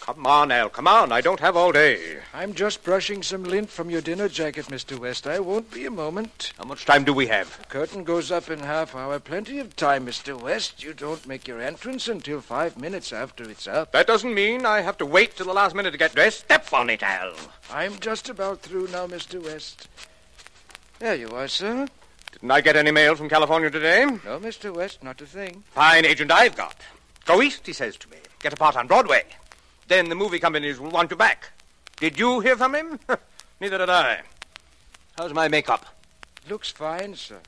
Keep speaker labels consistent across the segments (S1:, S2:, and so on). S1: Come on, Al, come on. I don't have all day.
S2: I'm just brushing some lint from your dinner jacket, Mr. West. I won't be a moment.
S1: How much time do we have?
S2: Curtain goes up in half hour. Plenty of time, Mr. West. You don't make your entrance until five minutes after it's up.
S1: That doesn't mean I have to wait till the last minute to get dressed. Step on it, Al.
S2: I'm just about through now, Mr. West. There you are, sir.
S1: Didn't I get any mail from California today?
S2: No, Mr. West, not a thing.
S1: Fine agent I've got. Go east, he says to me. Get a part on Broadway. Then the movie companies will want you back. Did you hear from him? Neither did I. How's my makeup?
S2: Looks fine, sir.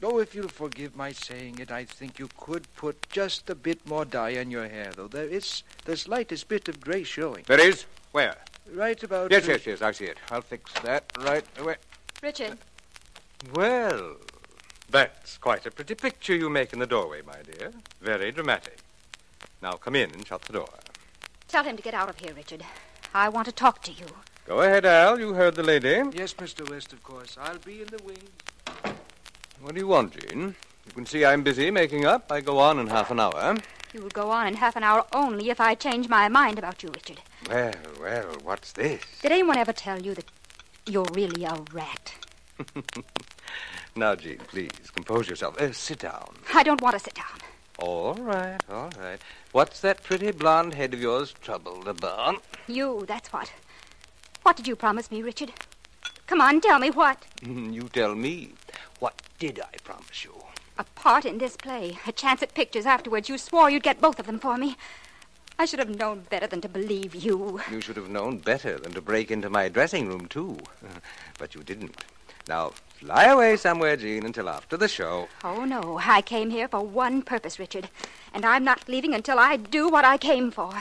S2: Though if you'll forgive my saying it, I think you could put just a bit more dye on your hair, though there is the slightest bit of gray showing.
S1: There is? Where?
S2: Right about.
S1: Yes, yes, yes, I see it. I'll fix that right away.
S3: Richard,
S1: Well, that's quite a pretty picture you make in the doorway, my dear. Very dramatic. Now come in and shut the door.
S3: tell him to get out of here, Richard. I want to talk to you.
S1: Go ahead, Al. You heard the lady.
S2: Yes, Mr. West, of course. I'll be in the wing.
S1: What do you want, Jean? You can see I'm busy making up. I go on in half an hour.
S3: You will go on in half an hour only if I change my mind about you, Richard.
S1: Well, well, what's this?
S3: Did anyone ever tell you that you're really a rat?
S1: Now, Jean, please, compose yourself. Uh, sit down.
S3: I don't want to sit down.
S1: All right, all right. What's that pretty blonde head of yours troubled about?
S3: You, that's what. What did you promise me, Richard? Come on, tell me what.
S1: You tell me. What did I promise you?
S3: A part in this play, a chance at pictures afterwards. You swore you'd get both of them for me. I should have known better than to believe you.
S1: You should have known better than to break into my dressing room, too. but you didn't. Now, fly away somewhere, Jean, until after the show.
S3: Oh, no. I came here for one purpose, Richard. And I'm not leaving until I do what I came for.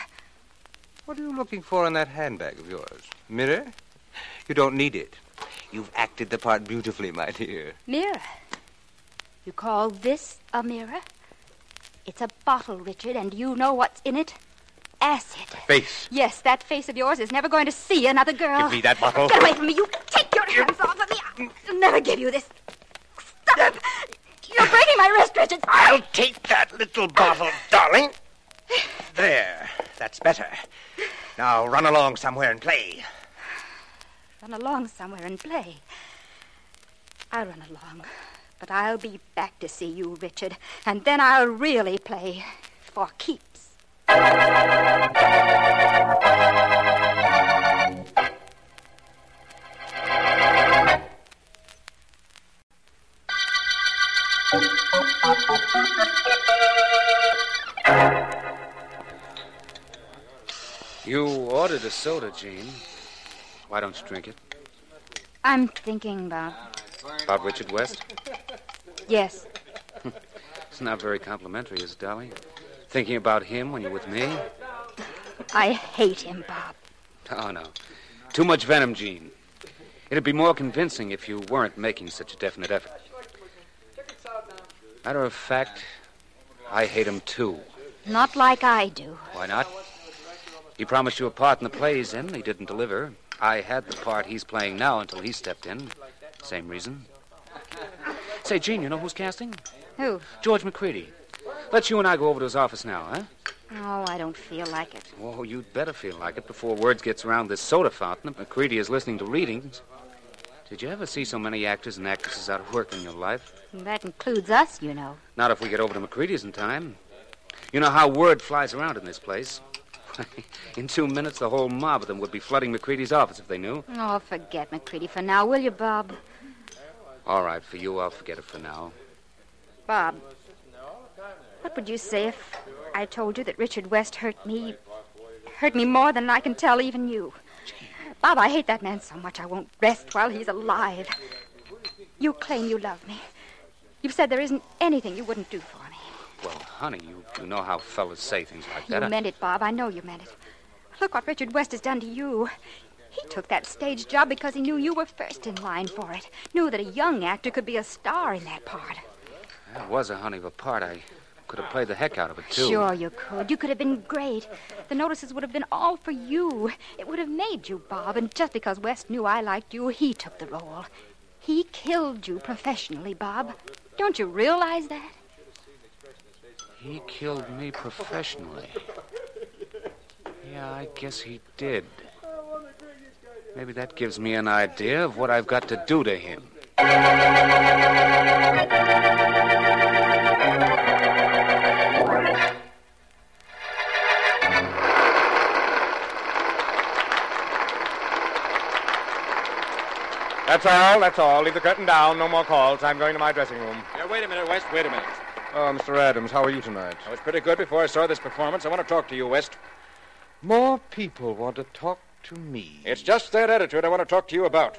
S1: What are you looking for in that handbag of yours? Mirror? You don't need it. You've acted the part beautifully, my dear.
S3: Mirror. You call this a mirror? It's a bottle, Richard, and you know what's in it? Acid.
S1: Face.
S3: Yes, that face of yours is never going to see another girl.
S1: Give me that bottle.
S3: Get away from me. You take your hands off of me. I'll never give you this. Stop. You're breaking my wrist, Richard.
S1: I'll take that little bottle, darling. There. That's better. Now run along somewhere and play.
S3: Run along somewhere and play. I'll run along. But I'll be back to see you, Richard. And then I'll really play for keeps.
S4: You ordered a soda, Jean. Why don't you drink it?
S3: I'm thinking about.
S4: About Richard West?
S3: Yes.
S4: It's not very complimentary, is it, Dolly? Thinking about him when you're with me?
S3: I hate him, Bob.
S4: Oh, no. Too much venom, Jean. It'd be more convincing if you weren't making such a definite effort. Matter of fact, I hate him too.
S3: Not like I do.
S4: Why not? He promised you a part in the plays, and he didn't deliver.
S5: I had the part he's playing now until he stepped in. Same reason. Say, Gene, you know who's casting?
S3: Who?
S5: George McCready. Let you and I go over to his office now, huh?
S3: Oh, I don't feel like it.
S5: Oh, you'd better feel like it before word gets around this soda fountain that McCready is listening to readings. Did you ever see so many actors and actresses out of work in your life?
S3: That includes us, you know.
S5: Not if we get over to McCready's in time. You know how word flies around in this place. in two minutes, the whole mob of them would be flooding McCready's office if they knew.
S3: Oh, forget McCready for now, will you, Bob?
S5: All right, for you, I'll forget it for now.
S3: Bob, what would you say if I told you that Richard West hurt me? Hurt me more than I can tell even you. Bob, I hate that man so much I won't rest while he's alive. You claim you love me. You've said there isn't anything you wouldn't do for me.
S5: Well, honey, you, you know how fellas say things like that.
S3: You
S5: I-
S3: meant it, Bob. I know you meant it. Look what Richard West has done to you. He took that stage job because he knew you were first in line for it. Knew that a young actor could be a star in that part.
S5: That was a honey of a part. I could have played the heck out of it, too.
S3: Sure, you could. You could have been great. The notices would have been all for you. It would have made you, Bob. And just because West knew I liked you, he took the role. He killed you professionally, Bob. Don't you realize that?
S5: He killed me professionally. Yeah, I guess he did. Maybe that gives me an idea of what I've got to do to him.
S6: That's all, that's all. Leave the curtain down. No more calls. I'm going to my dressing room.
S1: Yeah, wait a minute, West. Wait a minute.
S6: Oh, Mr. Adams, how are you tonight?
S1: I was pretty good before I saw this performance. I want to talk to you, West.
S7: More people want to talk to me.
S1: It's just that attitude I want to talk to you about.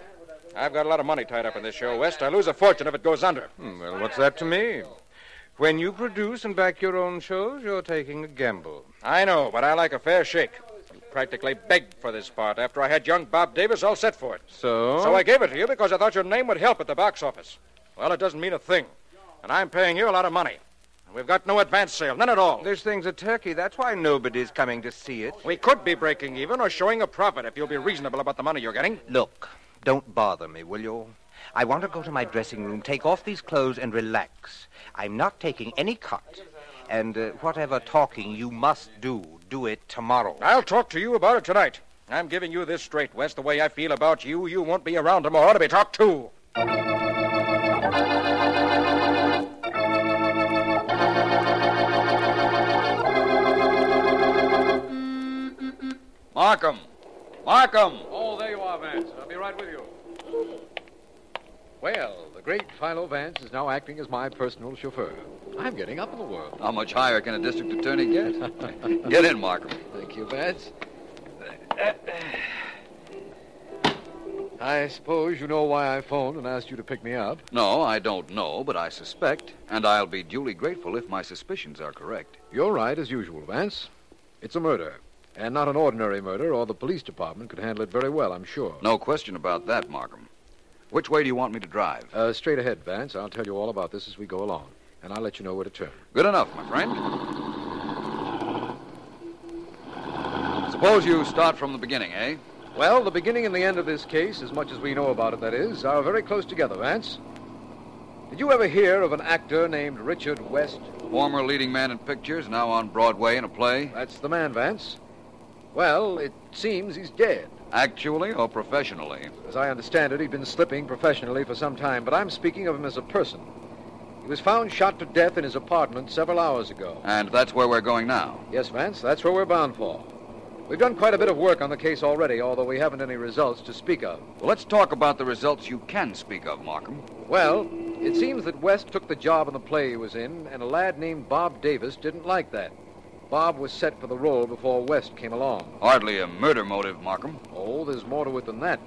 S1: I've got a lot of money tied up in this show, West. I lose a fortune if it goes under.
S6: Hmm, well, what's that to me? When you produce and back your own shows, you're taking a gamble.
S1: I know, but I like a fair shake. Practically begged for this part after I had young Bob Davis all set for it.
S6: So?
S1: So I gave it to you because I thought your name would help at the box office. Well, it doesn't mean a thing. And I'm paying you a lot of money. And we've got no advance sale, none at all.
S6: This thing's a turkey. That's why nobody's coming to see it.
S1: We could be breaking even or showing a profit if you'll be reasonable about the money you're getting.
S8: Look, don't bother me, will you? I want to go to my dressing room, take off these clothes, and relax. I'm not taking any cut. And uh, whatever talking you must do, do it tomorrow.
S1: I'll talk to you about it tonight. I'm giving you this straight, West. The way I feel about you, you won't be around tomorrow to be talked to. Markham! Markham!
S2: Oh, there you are, Vance. I'll be right with you. Well, the great Philo Vance is now acting as my personal chauffeur. I'm getting up in the world.
S4: How much higher can a district attorney get? get in, Markham.
S2: Thank you, Vance. I suppose you know why I phoned and asked you to pick me up.
S4: No, I don't know, but I suspect, and I'll be duly grateful if my suspicions are correct.
S2: You're right, as usual, Vance. It's a murder. And not an ordinary murder, or the police department could handle it very well, I'm sure.
S4: No question about that, Markham. Which way do you want me to drive?
S2: Uh, straight ahead, Vance. I'll tell you all about this as we go along. And I'll let you know where to turn.
S4: Good enough, my friend. Suppose you start from the beginning, eh?
S2: Well, the beginning and the end of this case, as much as we know about it, that is, are very close together, Vance. Did you ever hear of an actor named Richard West?
S4: Former leading man in pictures, now on Broadway in a play.
S2: That's the man, Vance. Well, it seems he's dead.
S4: Actually or professionally?
S2: As I understand it, he'd been slipping professionally for some time, but I'm speaking of him as a person. He was found shot to death in his apartment several hours ago.
S4: And that's where we're going now.
S2: Yes, Vance, that's where we're bound for. We've done quite a bit of work on the case already, although we haven't any results to speak of.
S4: Well, let's talk about the results you can speak of, Markham.
S2: Well, it seems that West took the job in the play he was in, and a lad named Bob Davis didn't like that. Bob was set for the role before West came along.
S4: Hardly a murder motive, Markham.
S2: Oh, there's more to it than that.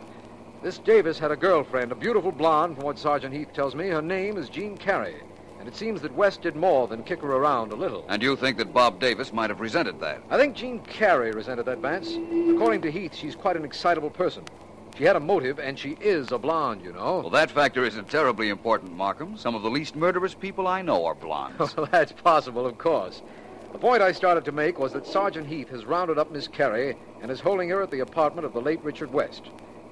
S2: This Davis had a girlfriend, a beautiful blonde, from what Sergeant Heath tells me. Her name is Jean Carey. And it seems that West did more than kick her around a little.
S4: And you think that Bob Davis might have resented that?
S2: I think Jean Carey resented that, Vance. According to Heath, she's quite an excitable person. She had a motive, and she is a blonde, you know.
S4: Well, that factor isn't terribly important, Markham. Some of the least murderous people I know are blondes.
S2: Well, that's possible, of course.
S4: The point I started to make was that Sergeant Heath has rounded up Miss Carey and is holding her at the apartment of the late Richard West.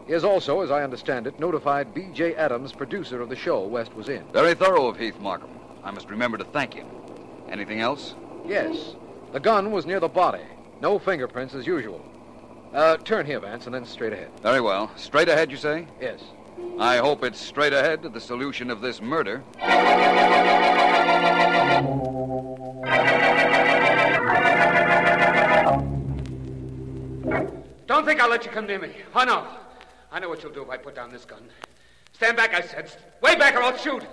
S4: He has also, as I understand it, notified B.J. Adams, producer of the show West was in.
S2: Very thorough of Heath Markham. I must remember to thank him. Anything else?
S4: Yes. The gun was near the body. No fingerprints as usual. Uh, turn here, Vance, and then straight ahead.
S2: Very well. Straight ahead, you say?
S4: Yes.
S2: I hope it's straight ahead to the solution of this murder.
S9: Don't think I'll let you come near me. Oh, no. I know what you'll do if I put down this gun. Stand back, I said. Way back, or I'll shoot.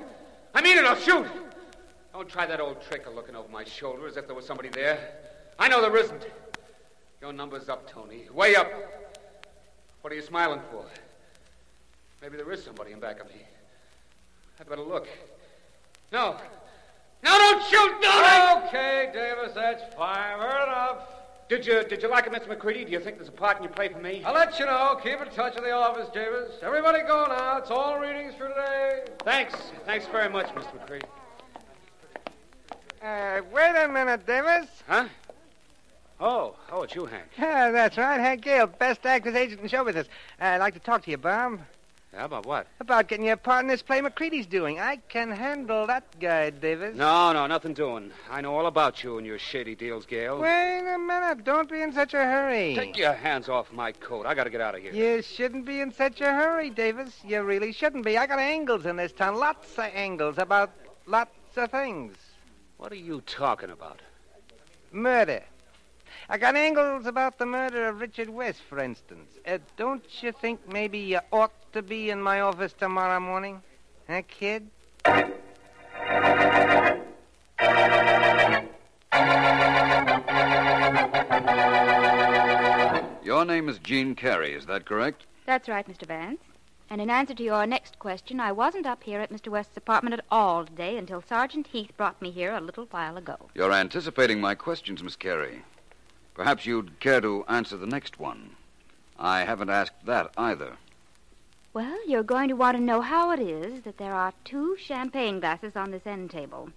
S9: I mean it, I'll shoot. Don't try that old trick of looking over my shoulder as if there was somebody there. I know there isn't. Your number's up, Tony. Way up. What are you smiling for? Maybe there is somebody in back of me. I'd better look. No. No, don't shoot! No!
S10: Okay, Davis, that's fine. We're enough.
S9: Did you, did you like it, Mr. McCready? Do you think there's a part in your play for me?
S10: I'll let you know. Keep in touch with the office, Davis. Everybody go now. It's all readings for today.
S9: Thanks. Thanks very much, Mr. McCready.
S11: Uh, wait a minute, Davis.
S9: Huh? Oh, oh, it's you, Hank.
S11: Yeah, Uh, that's right, Hank Gale, best actor's agent in show business. Uh, I'd like to talk to you, Bob.
S9: How about what?
S11: About getting you a part in this play McCready's doing. I can handle that guy, Davis.
S9: No, no, nothing doing. I know all about you and your shady deals, Gale.
S11: Wait a minute. Don't be in such a hurry.
S9: Take your hands off my coat. I gotta get out of here.
S11: You shouldn't be in such a hurry, Davis. You really shouldn't be. I got angles in this town. Lots of angles about lots of things.
S9: What are you talking about?
S11: Murder. I got angles about the murder of Richard West, for instance. Uh, don't you think maybe you ought to be in my office tomorrow morning? Huh, kid?
S2: Your name is Jean Carey, is that correct?
S3: That's right, Mr. Vance. And in answer to your next question, I wasn't up here at Mr. West's apartment at all today until Sergeant Heath brought me here a little while ago.
S2: You're anticipating my questions, Miss Carey. Perhaps you'd care to answer the next one. I haven't asked that either.
S3: Well, you're going to want to know how it is that there are two champagne glasses on this end table,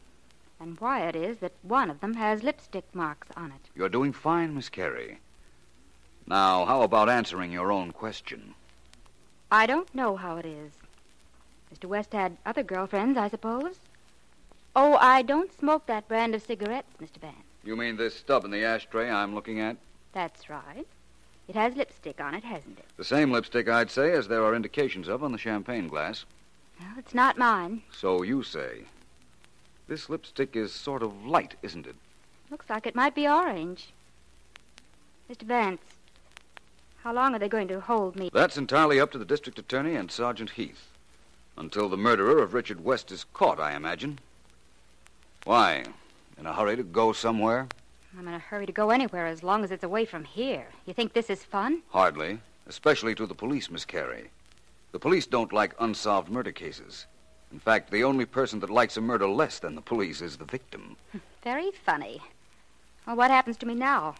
S3: and why it is that one of them has lipstick marks on it.
S2: You're doing fine, Miss Carey. Now, how about answering your own question?
S3: I don't know how it is. Mr. West had other girlfriends, I suppose. Oh, I don't smoke that brand of cigarettes, Mr. Vance.
S2: You mean this stub in the ashtray I'm looking at?
S3: That's right. It has lipstick on it, hasn't it?
S2: The same lipstick, I'd say, as there are indications of on the champagne glass.
S3: Well, it's not mine.
S2: So you say. This lipstick is sort of light, isn't it?
S3: Looks like it might be orange. Mr. Vance, how long are they going to hold me?
S2: That's entirely up to the district attorney and Sergeant Heath. Until the murderer of Richard West is caught, I imagine. Why? In a hurry to go somewhere?
S3: I'm in a hurry to go anywhere as long as it's away from here. You think this is fun?
S2: Hardly, especially to the police, Miss Carey. The police don't like unsolved murder cases. In fact, the only person that likes a murder less than the police is the victim.
S3: Very funny. Well, what happens to me now?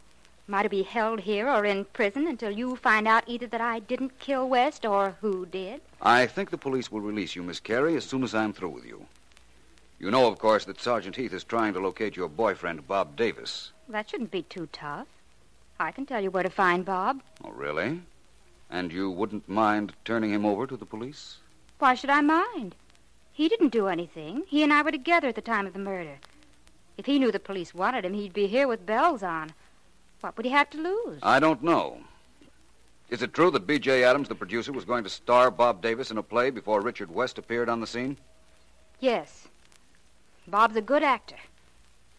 S3: Am I to be held here or in prison until you find out either that I didn't kill West or who did?
S2: I think the police will release you, Miss Carey, as soon as I'm through with you. You know, of course, that Sergeant Heath is trying to locate your boyfriend, Bob Davis.
S3: That shouldn't be too tough. I can tell you where to find Bob.
S2: Oh, really? And you wouldn't mind turning him over to the police?
S3: Why should I mind? He didn't do anything. He and I were together at the time of the murder. If he knew the police wanted him, he'd be here with bells on. What would he have to lose?
S2: I don't know. Is it true that B.J. Adams, the producer, was going to star Bob Davis in a play before Richard West appeared on the scene?
S3: Yes. Bob's a good actor.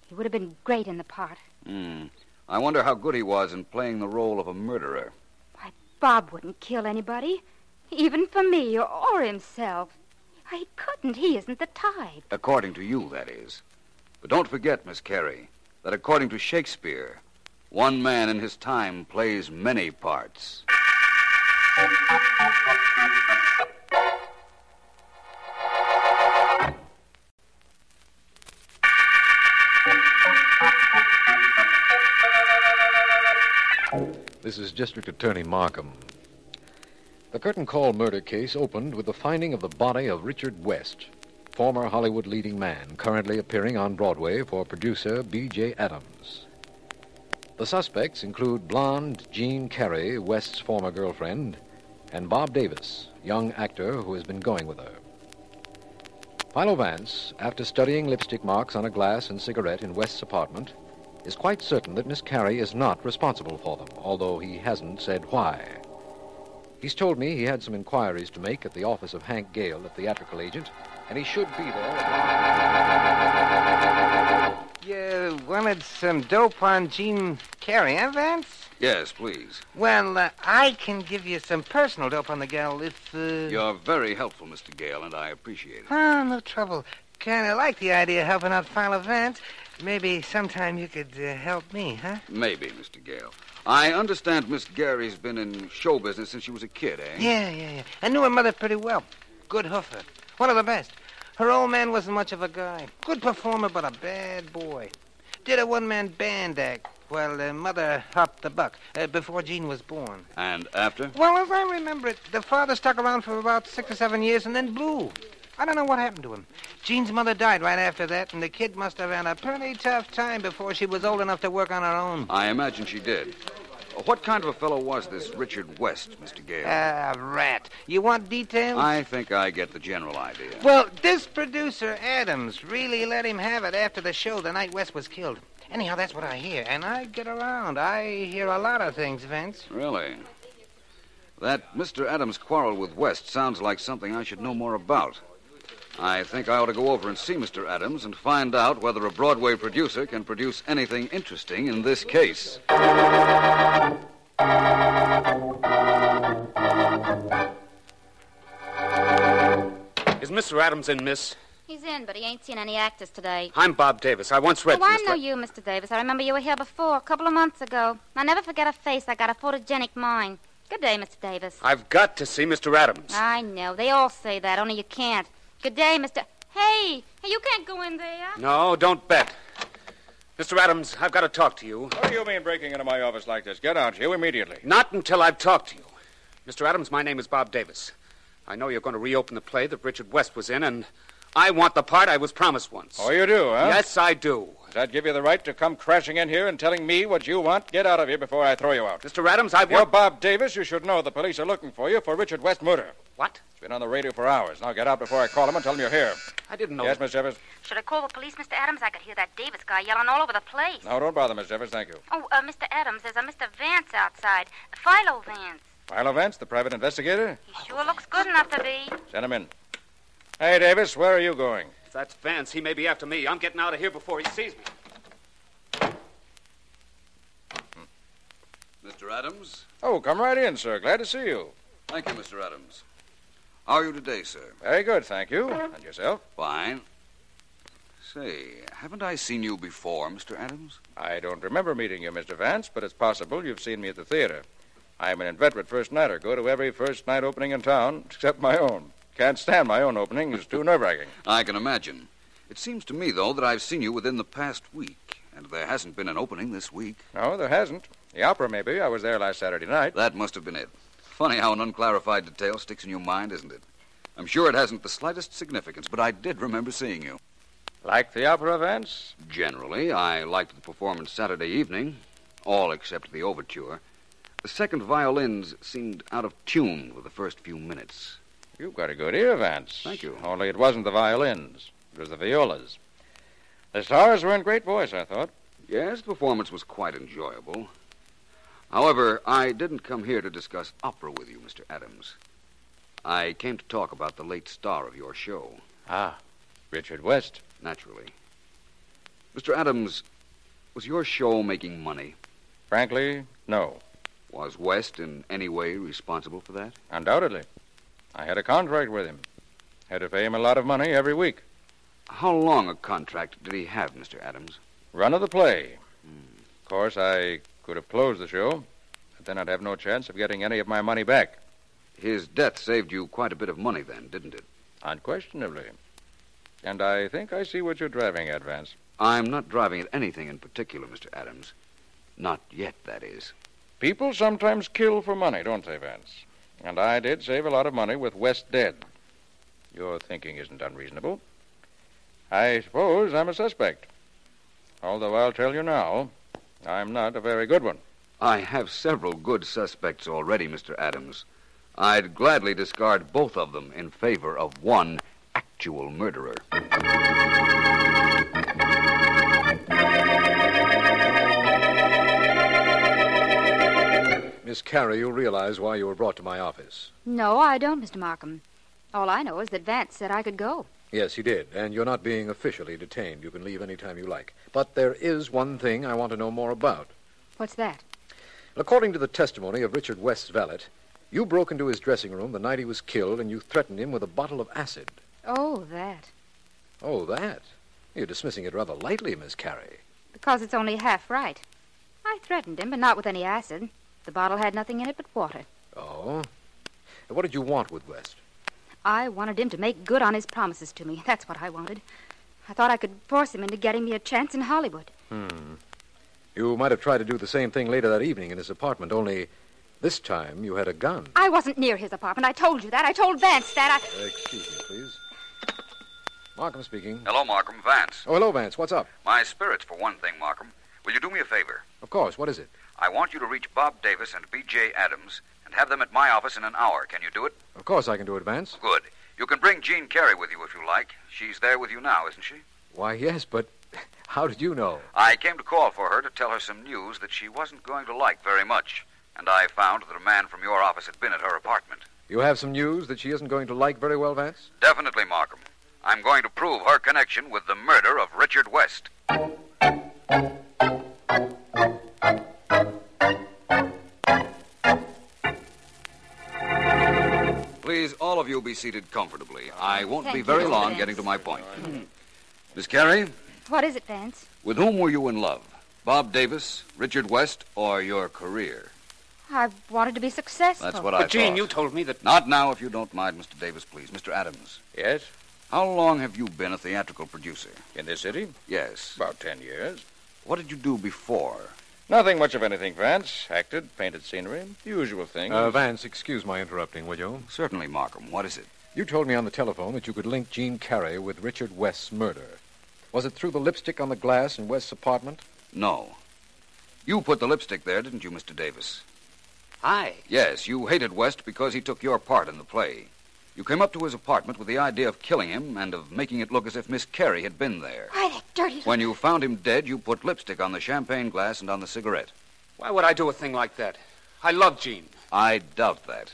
S3: He would have been great in the part.
S2: Hmm. I wonder how good he was in playing the role of a murderer.
S3: Why, Bob wouldn't kill anybody, even for me or, or himself. He couldn't. He isn't the type.
S2: According to you, that is. But don't forget, Miss Carey, that according to Shakespeare, one man in his time plays many parts.
S4: This is District Attorney Markham. The curtain call murder case opened with the finding of the body of Richard West.
S2: former Hollywood leading man, currently appearing on Broadway for producer B.J. Adams. The suspects include blonde Jean Carey, West's former girlfriend, and Bob Davis, young actor who has been going with her. Philo Vance, after studying lipstick marks on a glass and cigarette in West's apartment, is quite certain that Miss Carey is not responsible for them, although he hasn't said why. He's told me he had some inquiries to make at the office of Hank Gale, the theatrical agent, and he should be there.
S11: You wanted some dope on Jean Carey, eh, Vance?
S4: Yes, please.
S11: Well, uh, I can give you some personal dope on the gal if. Uh...
S4: You're very helpful, Mr. Gale, and I appreciate it.
S11: Oh, no trouble. Kind of like the idea of helping out Philo Vance. Maybe sometime you could uh, help me, huh?
S4: Maybe, Mr. Gale. I understand Miss Gary's been in show business since she was a kid, eh?
S11: Yeah, yeah, yeah. I knew her mother pretty well. Good hoofer. One of the best. Her old man wasn't much of a guy. Good performer, but a bad boy. Did a one man band act while uh, mother hopped the buck uh, before Jean was born.
S4: And after?
S11: Well, as I remember it, the father stuck around for about six or seven years and then blew. I don't know what happened to him. Jean's mother died right after that, and the kid must have had a pretty tough time before she was old enough to work on her own.
S4: I imagine she did. What kind of a fellow was this Richard West, Mr. Gale?
S11: Ah, rat. You want details?
S4: I think I get the general idea.
S11: Well, this producer, Adams, really let him have it after the show the night West was killed. Anyhow, that's what I hear, and I get around. I hear a lot of things, Vince.
S4: Really? That Mr. Adams quarrel with West sounds like something I should know more about. I think I ought to go over and see Mr. Adams and find out whether a Broadway producer can produce anything interesting in this case.
S12: Is Mr. Adams in, miss?
S3: He's in, but he ain't seen any actors today.
S12: I'm Bob Davis. I once read
S3: oh, I
S12: for Mr.
S3: know you, Mr. Davis. I remember you were here before, a couple of months ago. I never forget a face that got a photogenic mind. Good day, Mr. Davis.
S12: I've got to see Mr. Adams.
S3: I know. They all say that, only you can't. Good day, Mr. Hey, hey, you can't go in there.
S12: No, don't bet. Mr. Adams, I've got to talk to you.
S1: What do you mean breaking into my office like this? Get out, you, immediately.
S12: Not until I've talked to you. Mr. Adams, my name is Bob Davis. I know you're going to reopen the play that Richard West was in, and I want the part I was promised once.
S1: Oh, you do, huh?
S12: Yes, I do.
S1: Does that give you the right to come crashing in here and telling me what you want? Get out of here before I throw you out.
S12: Mr. Adams, I've.
S1: You're Bob Davis. You should know the police are looking for you for Richard West murder.
S12: What?
S1: It's been on the radio for hours. Now get out before I call them and tell them you're here.
S12: I didn't know.
S1: Yes, Miss Evers?
S3: Should I call the police, Mr. Adams? I could hear that Davis guy yelling all over the place.
S1: No, don't bother, Miss Evers. Thank you.
S3: Oh, uh, Mr. Adams, there's a Mr. Vance outside. Philo Vance.
S1: Philo Vance, the private investigator?
S3: He sure looks good enough to be.
S1: Send him in. Hey, Davis, where are you going?
S12: If that's Vance, he may be after me. I'm getting out of here before he sees me.
S4: Mr. Adams?
S1: Oh, come right in, sir. Glad to see you.
S4: Thank you, Mr. Adams. How are you today, sir?
S1: Very good, thank you. And yourself?
S4: Fine. Say, haven't I seen you before, Mr. Adams?
S1: I don't remember meeting you, Mr. Vance, but it's possible you've seen me at the theater. I'm an inveterate first nighter. Go to every first night opening in town, except my own. Can't stand my own opening. It's too nerve wracking.
S4: I can imagine. It seems to me, though, that I've seen you within the past week, and there hasn't been an opening this week.
S1: No, there hasn't. The opera, maybe. I was there last Saturday night.
S4: That must have been it. Funny how an unclarified detail sticks in your mind, isn't it? I'm sure it hasn't the slightest significance, but I did remember seeing you.
S1: Like the opera, Vance?
S4: Generally, I liked the performance Saturday evening, all except the overture. The second violins seemed out of tune for the first few minutes.
S1: You've got a good ear, Vance.
S4: Thank you.
S1: Only it wasn't the violins, it was the violas. The stars were in great voice, I thought.
S4: Yes, the performance was quite enjoyable. However, I didn't come here to discuss opera with you, Mr. Adams. I came to talk about the late star of your show.
S1: Ah, Richard West.
S4: Naturally. Mr. Adams, was your show making money?
S1: Frankly, no.
S4: Was West in any way responsible for that?
S1: Undoubtedly. I had a contract with him. Had to pay him a lot of money every week.
S4: How long a contract did he have, Mr. Adams?
S1: Run of the play. Mm. Of course, I could have closed the show, but then I'd have no chance of getting any of my money back.
S4: His death saved you quite a bit of money, then, didn't it?
S1: Unquestionably. And I think I see what you're driving at, Vance.
S4: I'm not driving at anything in particular, Mr. Adams. Not yet, that is.
S1: People sometimes kill for money, don't they, Vance? And I did save a lot of money with West dead. Your thinking isn't unreasonable.
S6: I suppose I'm a suspect. Although I'll tell you now, I'm not a very good one.
S4: I have several good suspects already, Mr. Adams. I'd gladly discard both of them in favor of one actual murderer.
S2: Miss Carey, you realize why you were brought to my office.
S3: No, I don't, Mr. Markham. All I know is that Vance said I could go.
S2: Yes, he did, and you're not being officially detained. You can leave any time you like. But there is one thing I want to know more about.
S3: What's that?
S2: According to the testimony of Richard West's valet, you broke into his dressing room the night he was killed, and you threatened him with a bottle of acid.
S3: Oh, that.
S2: Oh, that? You're dismissing it rather lightly, Miss Carey.
S3: Because it's only half right. I threatened him, but not with any acid. The bottle had nothing in it but water.
S2: Oh? What did you want with West?
S3: I wanted him to make good on his promises to me. That's what I wanted. I thought I could force him into getting me a chance in Hollywood.
S2: Hmm. You might have tried to do the same thing later that evening in his apartment, only this time you had a gun.
S3: I wasn't near his apartment. I told you that. I told Vance that. I.
S2: Excuse me, please. Markham speaking.
S13: Hello, Markham. Vance.
S2: Oh, hello, Vance. What's up?
S13: My spirits, for one thing, Markham. Will you do me a favor?
S2: Of course. What is it?
S13: I want you to reach Bob Davis and B.J. Adams and have them at my office in an hour. Can you do it?
S2: Of course I can do it, Vance.
S13: Good. You can bring Jean Carey with you if you like. She's there with you now, isn't she?
S2: Why, yes, but how did you know?
S13: I came to call for her to tell her some news that she wasn't going to like very much, and I found that a man from your office had been at her apartment.
S2: You have some news that she isn't going to like very well, Vance?
S13: Definitely, Markham. I'm going to prove her connection with the murder of Richard West.
S4: Please, all of you be seated comfortably. I won't
S3: Thank
S4: be very
S3: you,
S4: long
S3: Vance.
S4: getting to my point. Miss Carey,
S3: What is it, Vance?
S4: with whom were you in love? Bob Davis, Richard West, or your career?
S3: I wanted to be successful.
S4: That's what
S2: Oh,
S4: I thought.
S5: told me that.
S4: Not now, if you don't mind, Mr. Davis, please. Mr. Adams.
S6: Yes?
S4: How long have you been a theatrical producer?
S6: In this city?
S4: Yes.
S6: About ten years.
S4: What did you do before?
S6: Nothing much of anything, Vance. Acted, painted scenery, the usual thing.
S2: Uh, Vance, excuse my interrupting, will you?
S4: Certainly, Markham. What is it?
S2: You told me on the telephone that you could link Jean Carey with Richard West's murder. Was it through the lipstick on the glass in West's apartment?
S4: No. You put the lipstick there, didn't you, Mr. Davis?
S5: I?
S4: Yes, you hated West because he took your part in the play. You came up to his apartment with the idea of killing him and of making it look as if Miss Carey had been there.
S3: Why, that dirty.
S4: When you found him dead, you put lipstick on the champagne glass and on the cigarette.
S5: Why would I do a thing like that? I love Jean.
S4: I doubt that.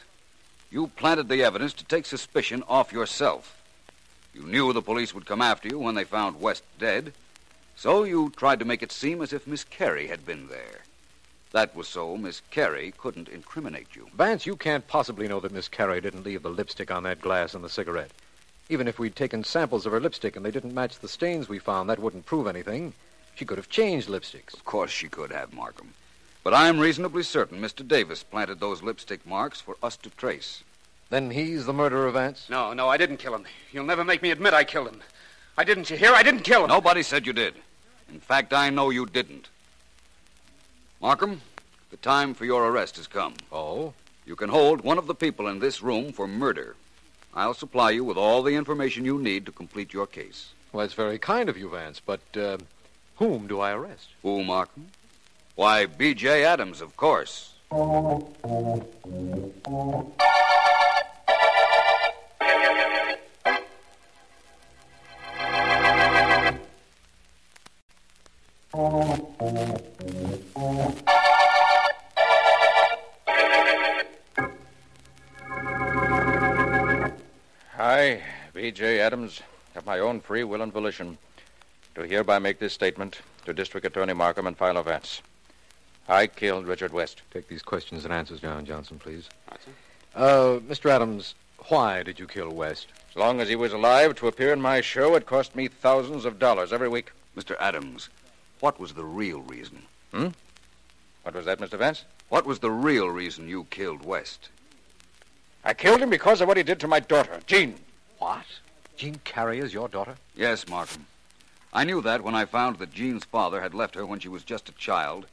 S4: You planted the evidence to take suspicion off yourself. You knew the police would come after you when they found West dead, so you tried to make it seem as if Miss Carey had been there. That was so Miss Carey couldn't incriminate you.
S2: Vance, you can't possibly know that Miss Carey didn't leave the lipstick on that glass and the cigarette. Even if we'd taken samples of her lipstick and they didn't match the stains we found, that wouldn't prove anything. She could have changed lipsticks.
S4: Of course she could have, Markham. But I'm reasonably certain Mr. Davis planted those lipstick marks for us to trace.
S2: Then he's the murderer, Vance?
S5: No, no, I didn't kill him. You'll never make me admit I killed him. I didn't, you hear? I didn't kill him.
S4: Nobody said you did. In fact, I know you didn't. Markham, the time for your arrest has come.
S2: Oh?
S4: You can hold one of the people in this room for murder. I'll supply you with all the information you need to complete your case.
S2: Well, that's very kind of you, Vance, but uh, whom do I arrest?
S4: Who, Markham? Why, B.J. Adams, of course.
S6: I, B.J. Adams, of my own free will and volition, do hereby make this statement to District Attorney Markham and Philo Vance. I killed Richard West.
S2: Take these questions and answers down, Johnson, please. Uh, Mr. Adams, why did you kill West?
S6: As long as he was alive to appear in my show, it cost me thousands of dollars every week.
S4: Mr. Adams, what was the real reason?
S6: Hmm? What was that, Mr. Vance?
S4: What was the real reason you killed West?
S6: I killed him because of what he did to my daughter, Jean.
S2: What? Jean Carey is your daughter?
S4: Yes, Markham. I knew that when I found that Jean's father had left her when she was just a child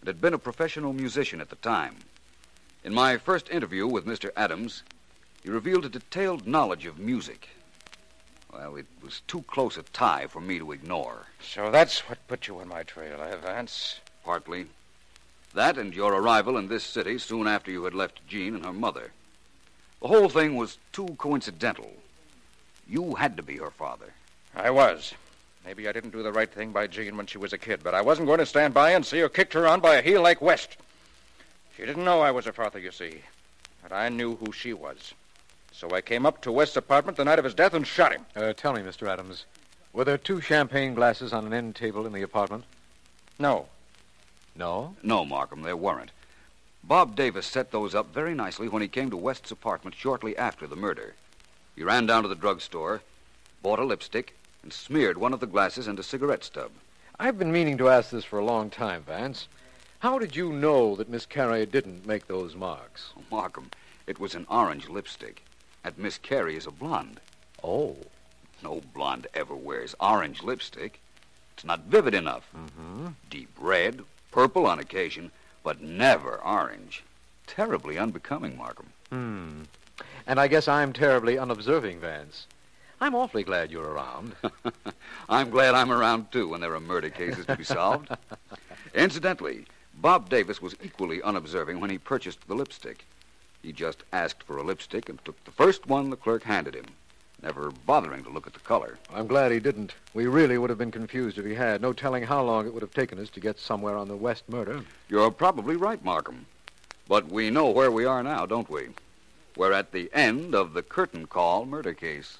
S4: and had been a professional musician at the time. In my first interview with Mr. Adams, he revealed a detailed knowledge of music. Well, it was too close a tie for me to ignore.
S2: So that's what put you on my trail, eh, Vance?
S4: Partly. That and your arrival in this city soon after you had left Jean and her mother. The whole thing was too coincidental. You had to be her father.
S2: I was. Maybe I didn't do the right thing by Jean when she was a kid, but I wasn't going to stand by and see her kicked around by a heel like West. She didn't know I was her father, you see. But I knew who she was. So I came up to West's apartment the night of his death and shot him.
S1: Uh, tell me, Mr. Adams, were there two champagne glasses on an end table in the apartment?
S2: No.
S1: No?
S4: No, Markham, there weren't. Bob Davis set those up very nicely when he came to West's apartment shortly after the murder. He ran down to the drugstore, bought a lipstick, and smeared one of the glasses into cigarette stub.
S1: I've been meaning to ask this for a long time, Vance. How did you know that Miss Carey didn't make those marks?
S4: Oh, Markham, it was an orange lipstick. And Miss Carey is a blonde.
S1: Oh.
S4: No blonde ever wears orange lipstick. It's not vivid enough.
S1: Mm-hmm.
S4: Deep red, purple on occasion, but never orange. Terribly unbecoming, Markham.
S1: Hmm. And I guess I'm terribly unobserving, Vance. I'm awfully glad you're around.
S4: I'm glad I'm around, too, when there are murder cases to be solved. Incidentally, Bob Davis was equally unobserving when he purchased the lipstick. He just asked for a lipstick and took the first one the clerk handed him, never bothering to look at the color.
S1: I'm glad he didn't. We really would have been confused if he had. No telling how long it would have taken us to get somewhere on the West murder.
S4: You're probably right, Markham. But we know where we are now, don't we? We're at the end of the curtain call murder case.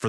S14: For